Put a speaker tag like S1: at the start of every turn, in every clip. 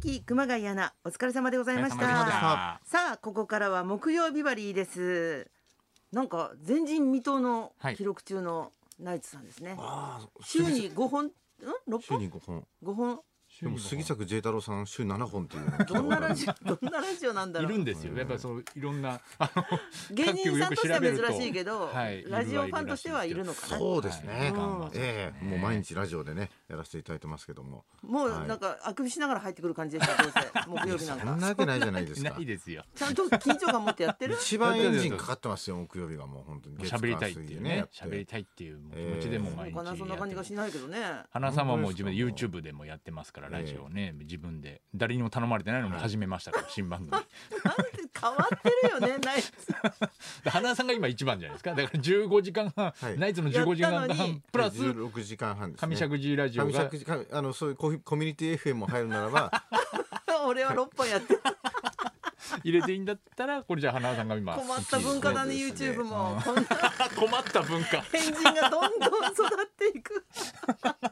S1: キー熊谷アナお疲れ様でございまし
S2: お疲れ様
S1: た
S2: でした
S1: さあここからは木曜ビバリーですなんか前人未到の
S2: はい
S1: 記録中のナイツさんですね、
S3: ああ、
S1: 週に5本ん6
S3: 週
S1: 本
S3: に5本。
S1: 5本
S3: でも杉作 J 太郎さん週7本っていうのが聞い た
S1: どん
S3: ことあ
S1: な
S3: る。
S1: ラジオどんなラジオなんだ
S2: い
S1: ろ
S2: る
S1: うん
S2: ですよ。やっぱそのいろんなあの
S1: 芸人さんとしては
S2: 各局よく調べると
S1: 珍しいけど、
S2: はいいるは
S1: ラジオファンとしてはいるのかな
S3: そうですね。
S2: はい
S3: ええもう毎日ラジオでねやらせていただいてますけども。
S1: もう
S3: はい
S1: なんかあくびしながら入ってくる感じでしたどうせ木曜日なん
S3: そんな
S1: か
S3: わけないじゃないですか
S2: な。いですよ。
S1: ちゃんと緊張感持ってやってる
S3: 一番エンジンかかってますよ木曜日がもう本当に月
S2: 喋りたいっていうね
S3: 火、水
S2: 喋り
S3: ね
S2: たいっていう気持ちでも毎日
S1: か
S2: や
S1: な
S2: って
S1: そんな感じが
S2: ま
S1: し
S2: す。
S1: ないけどね
S2: 花さんはもう
S3: 本
S2: 自
S3: 当
S2: 分
S3: で
S2: です
S3: か
S2: YouTube でもやってますからラジオをね自分で誰にも頼まれてないのも始めました から新番組
S1: なんて変わってるよねナイツ
S2: で花さんが今一番じゃないですかだから15時間半
S3: はい
S2: ナイツの15時
S1: やっ
S2: 間
S1: たのに
S2: 半プラス
S3: 16時間半ですね。
S2: 上尺寺ラジオ
S3: 上
S2: が
S3: 尺寺上あのそういうココミュニティ FM も入るならば
S1: 俺は6本やって
S2: 入れていいんだったらこれじゃあ花さんが今
S1: 困った文化だね
S3: そうですね
S1: YouTube もこんな
S2: 困った文 化
S1: 変人がどんどん育っていく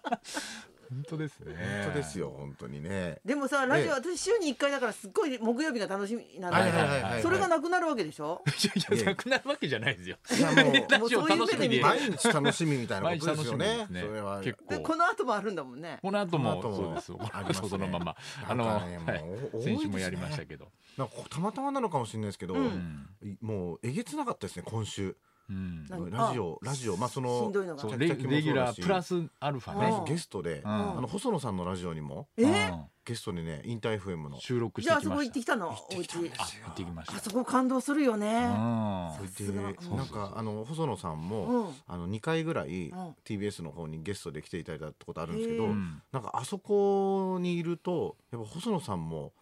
S2: 本当ですね
S3: 本当ですよ本当にね。
S1: でもさラジオ
S3: え
S1: 私週に1回だからすっごい木曜日が楽しみなんだ
S3: はい
S1: け
S3: はい
S1: ど
S3: はいはい。
S1: それがなくなるわけでしょ
S2: いやい やなくなるわけじゃないですよ
S3: いやもう
S2: ラジオ楽しみ
S1: い
S2: で
S1: やもう
S3: 毎日楽しみみたいな
S2: 毎
S3: こ
S2: 日楽し
S3: とですよ
S2: みで
S3: ね
S2: す。ね
S3: それは。
S2: 結
S1: で
S2: 構
S1: この後もあるんだもんね
S2: この後も
S3: この後
S2: そう
S3: も
S2: ですよ。こ
S3: あり
S2: の
S3: ます
S2: 後
S3: ね
S2: そのままあ
S3: な
S2: の
S3: んかねもう多いですね
S2: 先週もやりましたけど。
S3: なんかこうたまたまなのかもしれないですけど、
S1: うん
S2: うん
S3: もうえげつなかったですね今週。
S2: うん
S1: なん
S3: ラジオラジオまあその
S1: しんどいのが
S2: そう
S3: め
S2: レギ
S3: ちゃくちゃ気持ちい
S2: ュラー
S3: いし
S2: プラスアルファ
S1: う
S2: ね
S1: ん。
S3: ゲストで、
S2: うん
S3: あの細野さんのラジオにも
S1: え
S3: ゲストにねインター FM の
S2: 収録し
S1: じ
S2: て
S1: ゃああ
S2: き
S1: そこ
S2: ま
S1: 行っ
S2: してた。
S1: きたのお
S3: 行ってきたん
S1: 家
S3: です
S2: あ行ってきました
S1: あ。そこ感動するよ
S2: う
S1: ね
S2: ん
S3: それ
S1: さす
S3: で
S1: がうん
S3: なんかあの細野さん
S1: う
S3: も、
S1: ん
S3: あの2回ぐらい
S1: ん
S3: TBS の方にゲストで来ていただいたってことあるんですけど、
S1: へー
S2: うん
S3: なんかあそこにいるとやっぱ細野さんも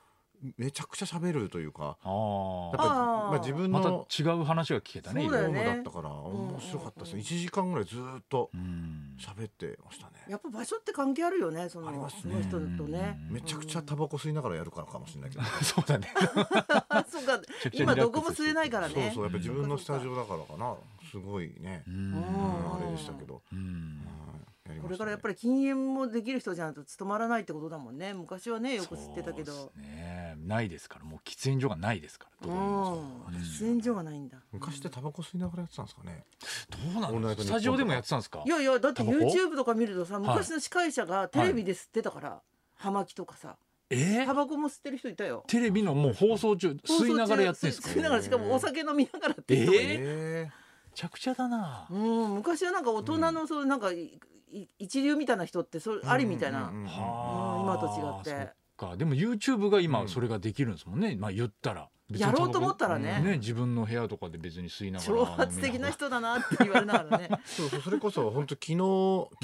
S3: めちゃくちゃ喋るというかや
S2: あ
S3: っぱ
S2: あ。
S3: り
S1: あー
S3: まあ、自分
S2: また
S3: の
S2: 違う話が聞けたね。
S1: そう
S2: い
S1: だ
S2: ろい
S1: よ
S2: ろ
S1: ね
S3: だったから面白かったですね1時間ぐらいずーっと
S2: うん
S3: 喋ってましたね
S1: やっぱ場所って関係あるよねその
S3: あります
S1: その人と ね
S2: うん
S3: めちゃくちゃタバコ吸いながらやるからかもしれないけど
S2: そうだね。
S1: あそうか
S2: ちゃくちゃリラ
S1: 今
S2: ックスして
S1: どこも吸えないから
S3: そう
S1: ね
S3: そうやっぱ自分のスタジオだからかなすごいね、
S2: う
S1: うん
S2: ん
S3: うんあれでしたけど、
S2: うん
S3: うんやりましたね
S1: これからやっぱり禁煙もできる人じゃないと務まらないってことだもんね昔はねよく吸ってたけ
S2: そう
S1: ど
S2: っすねないですからもう喫煙所がないですから。
S1: う
S2: どこにも
S1: ん喫煙所がないんだ
S3: 昔ってタバコ吸いながらやってたんですかね
S2: どうな
S3: オール
S2: んで
S3: ナイ
S2: すか
S3: トニッポンとか
S2: スタジオでもやってたんですか
S1: い。やいやだって
S2: タバコ
S1: YouTube とか見るとさ昔の司会者がテレビで吸ってたから葉巻とかさ
S2: えー
S1: タバコも吸ってる人いたよ
S2: テレビのもう放送中
S1: 放送中
S2: 吸いながらやってんすか
S1: 吸い吸いながらしかもお酒飲みながらって
S2: え
S1: いうのが
S3: え
S2: めちゃくちゃだな
S1: うん昔はなんか大人のそうなんかいい一流みたいな人ってそれありみたいな、
S3: うんうんうんうん
S2: は
S1: 今
S2: あ
S1: と違って
S2: そっかでも YouTube が
S3: う
S2: 今
S3: ん
S2: それができるんですもんね、まあ言ったら別に
S1: やろうと思ったらね
S2: タバコね自分の部屋とかで別に吸いながら
S1: 挑発的な人だなって言われながらね、
S3: そうそうそれこそ本当昨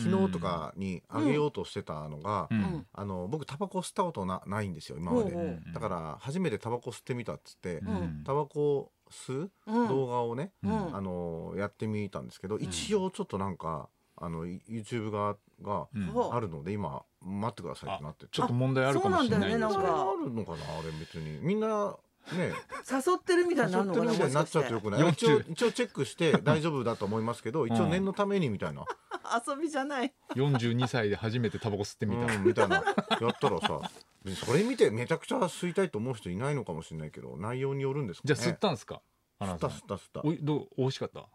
S3: 日昨日とかにあげようとしてたのが、
S2: うん
S1: うん
S3: あの僕タバコ吸ったことなないんですよ今
S1: ほ
S3: ま
S1: う
S3: で、
S1: ほう
S3: だから初めてタバコ吸ってみたっつって、
S2: うん
S1: うん
S3: タバコを吸う
S1: うん
S3: 動画をね、
S1: うん
S3: あのやってみたんですけど、一応ちょっとなんかあの YouTube 側が
S2: うん
S1: ほう
S3: あるので今待ってくださいってなってて
S2: ちょっと問題あるかもしれないです
S1: あそうな
S3: そ
S1: ん
S3: れ
S1: だよね
S3: があるのかなあれ別にみんな ね
S1: 誘ってるみたいになるのかな
S3: 誘ってるみたいになっちゃうと
S1: も
S3: よ
S1: し
S3: くない
S2: もしか
S3: 一
S2: して
S3: 応一応チェッ クして大丈夫だと思いますけど一応念のためにみたいな、
S1: かして遊びじゃない
S2: 42歳で初めてタバコ吸って
S3: う
S2: みた、
S3: ん、みたいなやったらさ別にそれ見てめちゃくちゃ吸いたいと思う人いないのかもしれないけど内容によるんですか
S2: じ
S3: ね
S2: ゃあ吸ったんですか
S3: 吸
S2: 花
S3: った
S2: さん
S3: 吸った吸った
S2: おいどう美味しかった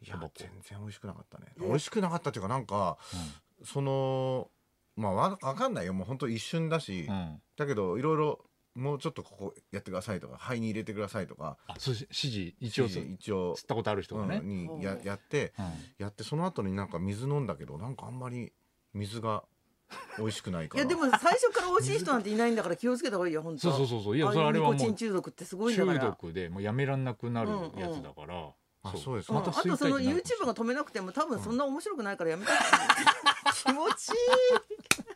S3: い
S2: タバ
S3: や
S2: コ
S3: 全然美味しくなかったね
S1: え
S3: 美味しくなかったっていうかなんかそのまあわわかんないよもうほんと一瞬だし、
S2: うん、うん
S3: だけどいろいろもうちょっとここやってくださいとか肺に入れてくださいとか
S2: あそうし指示一応吸
S3: 一応
S2: 吸ったことある人がね、
S3: うんにややってやってその後になんか水飲んだけどなんかあんまり水が美味しくないか
S1: い
S3: ら
S1: やでも最初から美味しい人なんていないんだから気をつけた方がいいよ本当
S2: そうそうそうそういや
S1: ああ
S2: それ
S1: いう
S2: あれ
S1: ニコ
S2: はも
S1: チン
S2: う
S1: 中毒ってすごいんだか
S2: 中
S1: ら
S2: 毒でもうやめらんなくなるやつだから、
S3: あ
S2: そう
S3: そうです
S1: うん
S3: か
S2: また
S1: あと
S2: 吸
S1: そ
S2: いた
S1: の
S2: くなる
S1: YouTube が止めなくても多分そんな面白くないからやめて、気持ちいい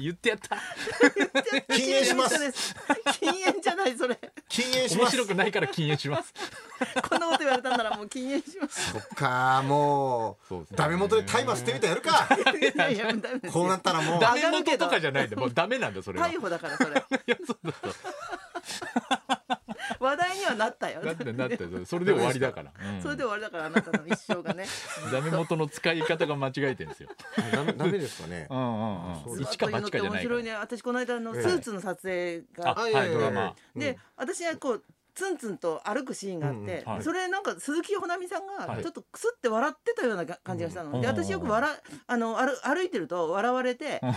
S2: 言ってやった
S3: 禁煙します
S1: 禁煙じゃないそれ
S3: 禁煙し
S2: 面
S3: ます
S2: 白くないから禁煙します
S1: こんなこと言われたんならもう禁煙します
S3: そっかも
S2: そうで
S3: う
S2: すね
S3: ダメ元でタイマー捨てみたいやるか
S1: いやいやダメです
S3: こうなったらもう
S2: ダメ元とかじゃないんだもうダメなんだそれは
S1: 逮捕だからそれ
S2: いやそうだそう
S1: 話題にはなったよ。
S2: だってだってそれで終わりだから、うん
S1: それで終わりだからあなたの一生がね。
S2: ダメ元の使い方が間違えてんですよ。
S3: ダメダメですかね
S2: う。んうん。
S3: そううんです
S2: 一か八かじゃ
S1: 面
S2: ないか
S1: 白い
S2: ら。
S1: ね。私この間あのス
S3: ええ
S1: ーツの撮影が
S2: あ
S1: あっ
S2: はいドラマ
S1: て、で私はこう。ツンツンと歩くシーンがあっ
S3: うん
S1: て、
S2: うんはい
S1: それなんか鈴木保奈美さん
S2: は
S1: が
S2: い
S1: ちょっとクスって笑ってたようなが感じがしたの、
S2: うん
S1: で私よく笑あの歩歩いてると笑われて、
S2: うん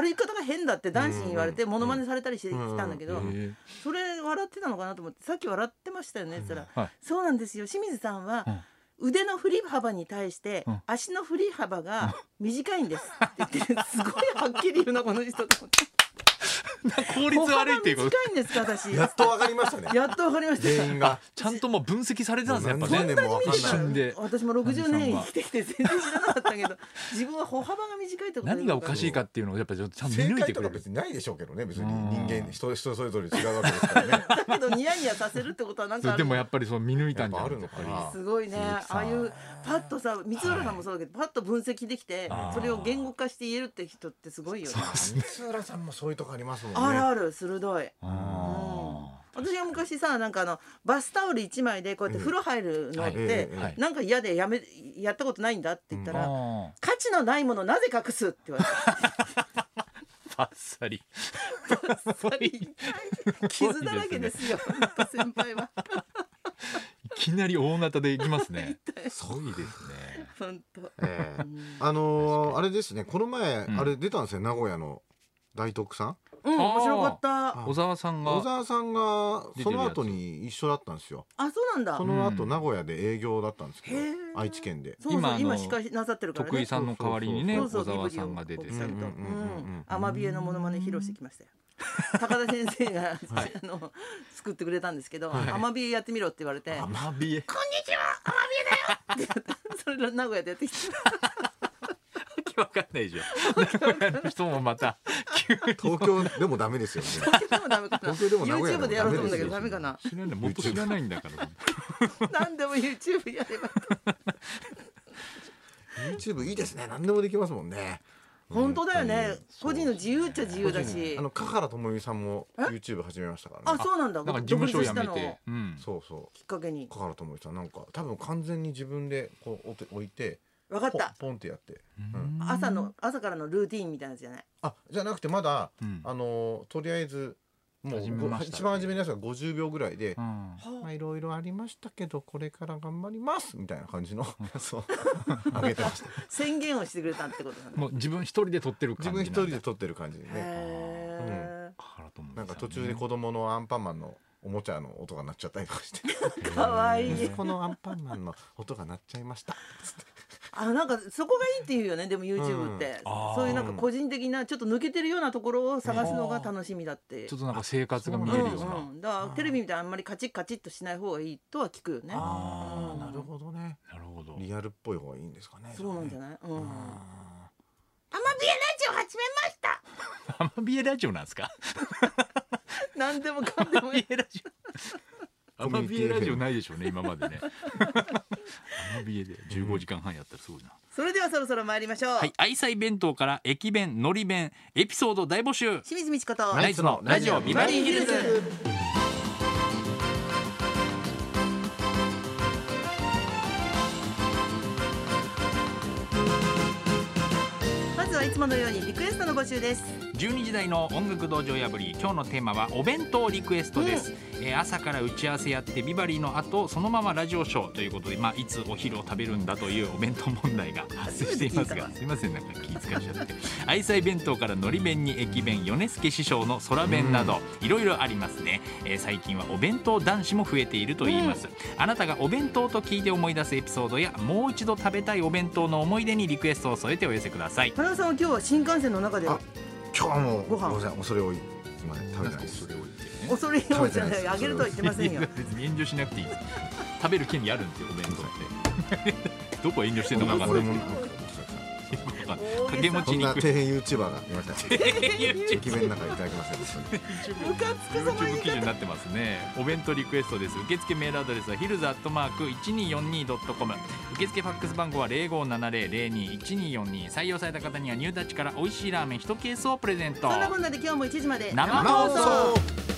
S1: 歩き方が変だって男子に言われて
S3: うん
S1: モノマネされたりしてきたんだけど、
S3: うん
S2: へえ
S1: それ笑ってたのかなと思ってさっき笑ってましたよねって言ったら、
S2: はい
S1: そうなんですよ清水さんは、腕の振り幅に対して
S2: うん
S1: 足の振り幅が短いんですって 言ってすごいはっきり言うなこの人と思って
S2: 効率悪いっていうこ
S1: 歩幅に
S2: と。
S1: 近いんですか私
S3: やっとわかりましたね。
S1: やっとわかりました
S3: 原因が。
S2: ちゃんともう分析されてたんですねやっ
S3: も
S2: ぱ
S3: う何
S2: ね。
S3: 十年もわかんない
S2: 一瞬で
S1: 私も60年生きてきて全然知らなかったけ ど自分は歩幅が短いってこと
S2: 何がおかしい
S1: か
S2: かっていうのをやっぱちょっとちゃんと見
S3: 正
S2: 抜い
S3: 解
S2: てく
S3: と
S2: れ
S3: か
S2: る。
S3: 別にないでしょうけどね。別に
S2: うん
S3: 人間人人それぞれ違うわけですからね。
S1: だけどニヤニヤさせるってことはなんか
S2: そ
S1: あ
S2: う
S1: る
S2: でもやっぱりそう見抜いたんじゃない
S3: やっぱあるのかな
S1: すごいね
S2: 鈴木
S1: あ
S2: さん
S1: あいうパッとさ光浦さんもそうだけど、パッと分析できて
S2: あー
S1: それを言語化して言えるって人ってすごいよね
S3: 三浦さんもそういうとこありますもんね。
S1: あるある鋭い
S2: あ
S1: 私が昔さなんかあのバスタオル一枚でこうやって風呂入るのっ
S3: ええ
S1: て、
S3: ええ
S2: はい
S1: なんか嫌でやめやったことないんだって言った
S2: ー
S1: ら、
S2: あ
S1: 価値のないものなぜ隠すって言われて
S2: ー。バッサリ。
S1: 傷だらけですよ本当先輩はい
S2: きなり大型でいきます ね。
S3: すごいですね。
S1: 本当
S3: ええあのーあれですね。この前
S2: うん
S3: あれ出たんですよ。名古屋の大徳さん。
S1: うん面白かったあ
S3: あ
S2: 小沢さん
S3: 小
S2: が。
S3: 沢さんが
S2: 出て
S3: そ
S2: る
S3: の
S2: やつ
S3: 後に一緒だったんですよ。
S1: そうなんだ
S3: その後名古屋で営業だったんですけど
S1: へえ、
S3: 愛知県で。
S1: そうそう
S2: 今あの
S1: 今司会なさってるからね
S2: 徳井さんの代わりにね
S1: そうそう
S2: 小沢さんが出て
S1: ビブリオ国際と
S3: うんうんうんうん
S1: アマビエのモノマネ披露してきま したよ。高田先生が、あの作ってくれたんですけど、アマビエやってみろって言われて、こんに
S2: マビ エ。
S1: ちはアマビエだよって言った。それの名古屋でやってきた。
S2: わけわかんないじゃん。名古屋 の人もまた急に。
S3: 東京でもダメですよね。
S1: 東京でもダメかな。
S3: 東京でも名古屋で
S1: YouTube
S3: も
S1: でやろうと思うんだけどダメかな。
S2: 知らないもっと知らないん だから。
S1: 何でも YouTube やれば。
S3: YouTube いいですね。何でもできますもんね。
S1: 本当だよね。個人の自由っちゃ自由だし
S3: あ。の香原朋美さんも YouTube 始めましたから
S1: あ、
S3: ね。
S1: そうなんだ。
S2: だから事務所辞め
S1: 独立したのを
S2: て。うん。
S3: そうそ
S1: きっかけに
S3: う。。香原朋美さんなんか多分完全に自分でこう置いて置いて
S1: 分かっ
S3: ポン
S1: た。
S3: ポンってやって。う
S2: うん
S3: ん
S1: 朝の朝からのルーティーンみたいなやつじゃない。
S3: あじゃなくてまだ
S2: うん
S3: あのとりあえずもう
S2: 始めました
S3: 一番初めのやつが50秒ぐらいで。
S2: うん
S3: まあいろいろありましたけどこれから頑張りますみたいな感じのやつを上げてました
S1: 宣言をしてくれたってことなんだ。
S2: もう自分一人で撮ってる
S3: 自
S2: 感じな
S3: 分
S2: ん
S3: 一
S2: だ。
S3: 人で撮ってる感じでね
S1: へ
S2: 原と思う
S3: なんか途中で子供のアンパンマンのおもちゃの音が鳴っちゃったりとかして
S1: え。かわいい
S3: 息。子のアンパンマンの音が鳴っちゃいました。つって
S1: あなんかそこがいいっていうよねでも YouTube って、
S2: あー
S1: そういうなんか個人的なちょっと抜けてるようなところを探すのが楽しみだって、
S2: ちょっとなんか生活が見えるような。
S1: ん、だからテレビみたいにあんまりカチッカチッとしない方がいいとは聞くよね
S2: あ
S1: うん
S2: ー
S3: なるほどね。
S2: なるほど。
S3: リアルっぽい方がいいんですかね。
S1: そうなんじゃ
S3: ない。
S1: ない、うん、アマビエラジオ始めました
S2: アマビエラジオなんですか。
S1: 何でもかんで もいい
S2: ラジオ。アマビエラジオないでしょうね、今までね。アマビエで15時間半やったらすごいな。
S1: それではそろそろ参りましょう、
S2: はい、愛妻弁当から駅弁、のり弁、エピソード大募集。
S1: 清水美智子と、
S2: ナイツのラジオビバリーヒルズ。
S1: まずはいつものようにリクエストの募集です
S2: 12時台の音楽道場破り今日のテーマはお弁当リクエストです、えー朝から打ち合わせやってビバリーの後そのままラジオショーということで、まあ、いつお昼を食べるんだというお弁当問題 が発生していますがすいませんなんか気遣いしちゃって愛妻弁当からのり弁に駅弁米助師匠の空弁などいろいろありますね、えー最近はお弁当男子も増えていると言います、あなたがお弁当と聞いて思い出すエピソードやもう一度食べたいお弁当の思い出にリクエストを添えてお寄せください
S1: 花田さんは今日は新幹線の中で
S3: あ今日はもう
S1: ご
S3: ご
S1: 飯
S3: めんなさい。恐れ多い。すみません食べてないです。
S1: 恐れようじゃな
S3: 食べてない
S1: い
S3: です
S1: あげるとは言ってませんよ
S2: いや別に遠慮しなくていいです食べる権利あるんですよお弁当ってどこ遠慮してんのか分かん
S3: 俺
S2: ない
S3: もなんか
S2: 掛け持
S3: こ
S2: ち
S3: ん
S2: に行
S3: な
S2: く
S3: 底辺 YouTuber がいました。
S2: YouTube
S3: 駅弁の中いただきました。
S1: ムカつくその言い
S2: 記事に
S1: 方
S2: なってますねお弁当リクエストです受付メールアドレスはヒルズアットマーク 1242.com 受付ファックス番号は0570021242採用された方にはニュータッチから美味しいラーメン1ケースをプレゼント
S1: そんなこんなで今日も1時まで
S2: 生
S3: 生放送。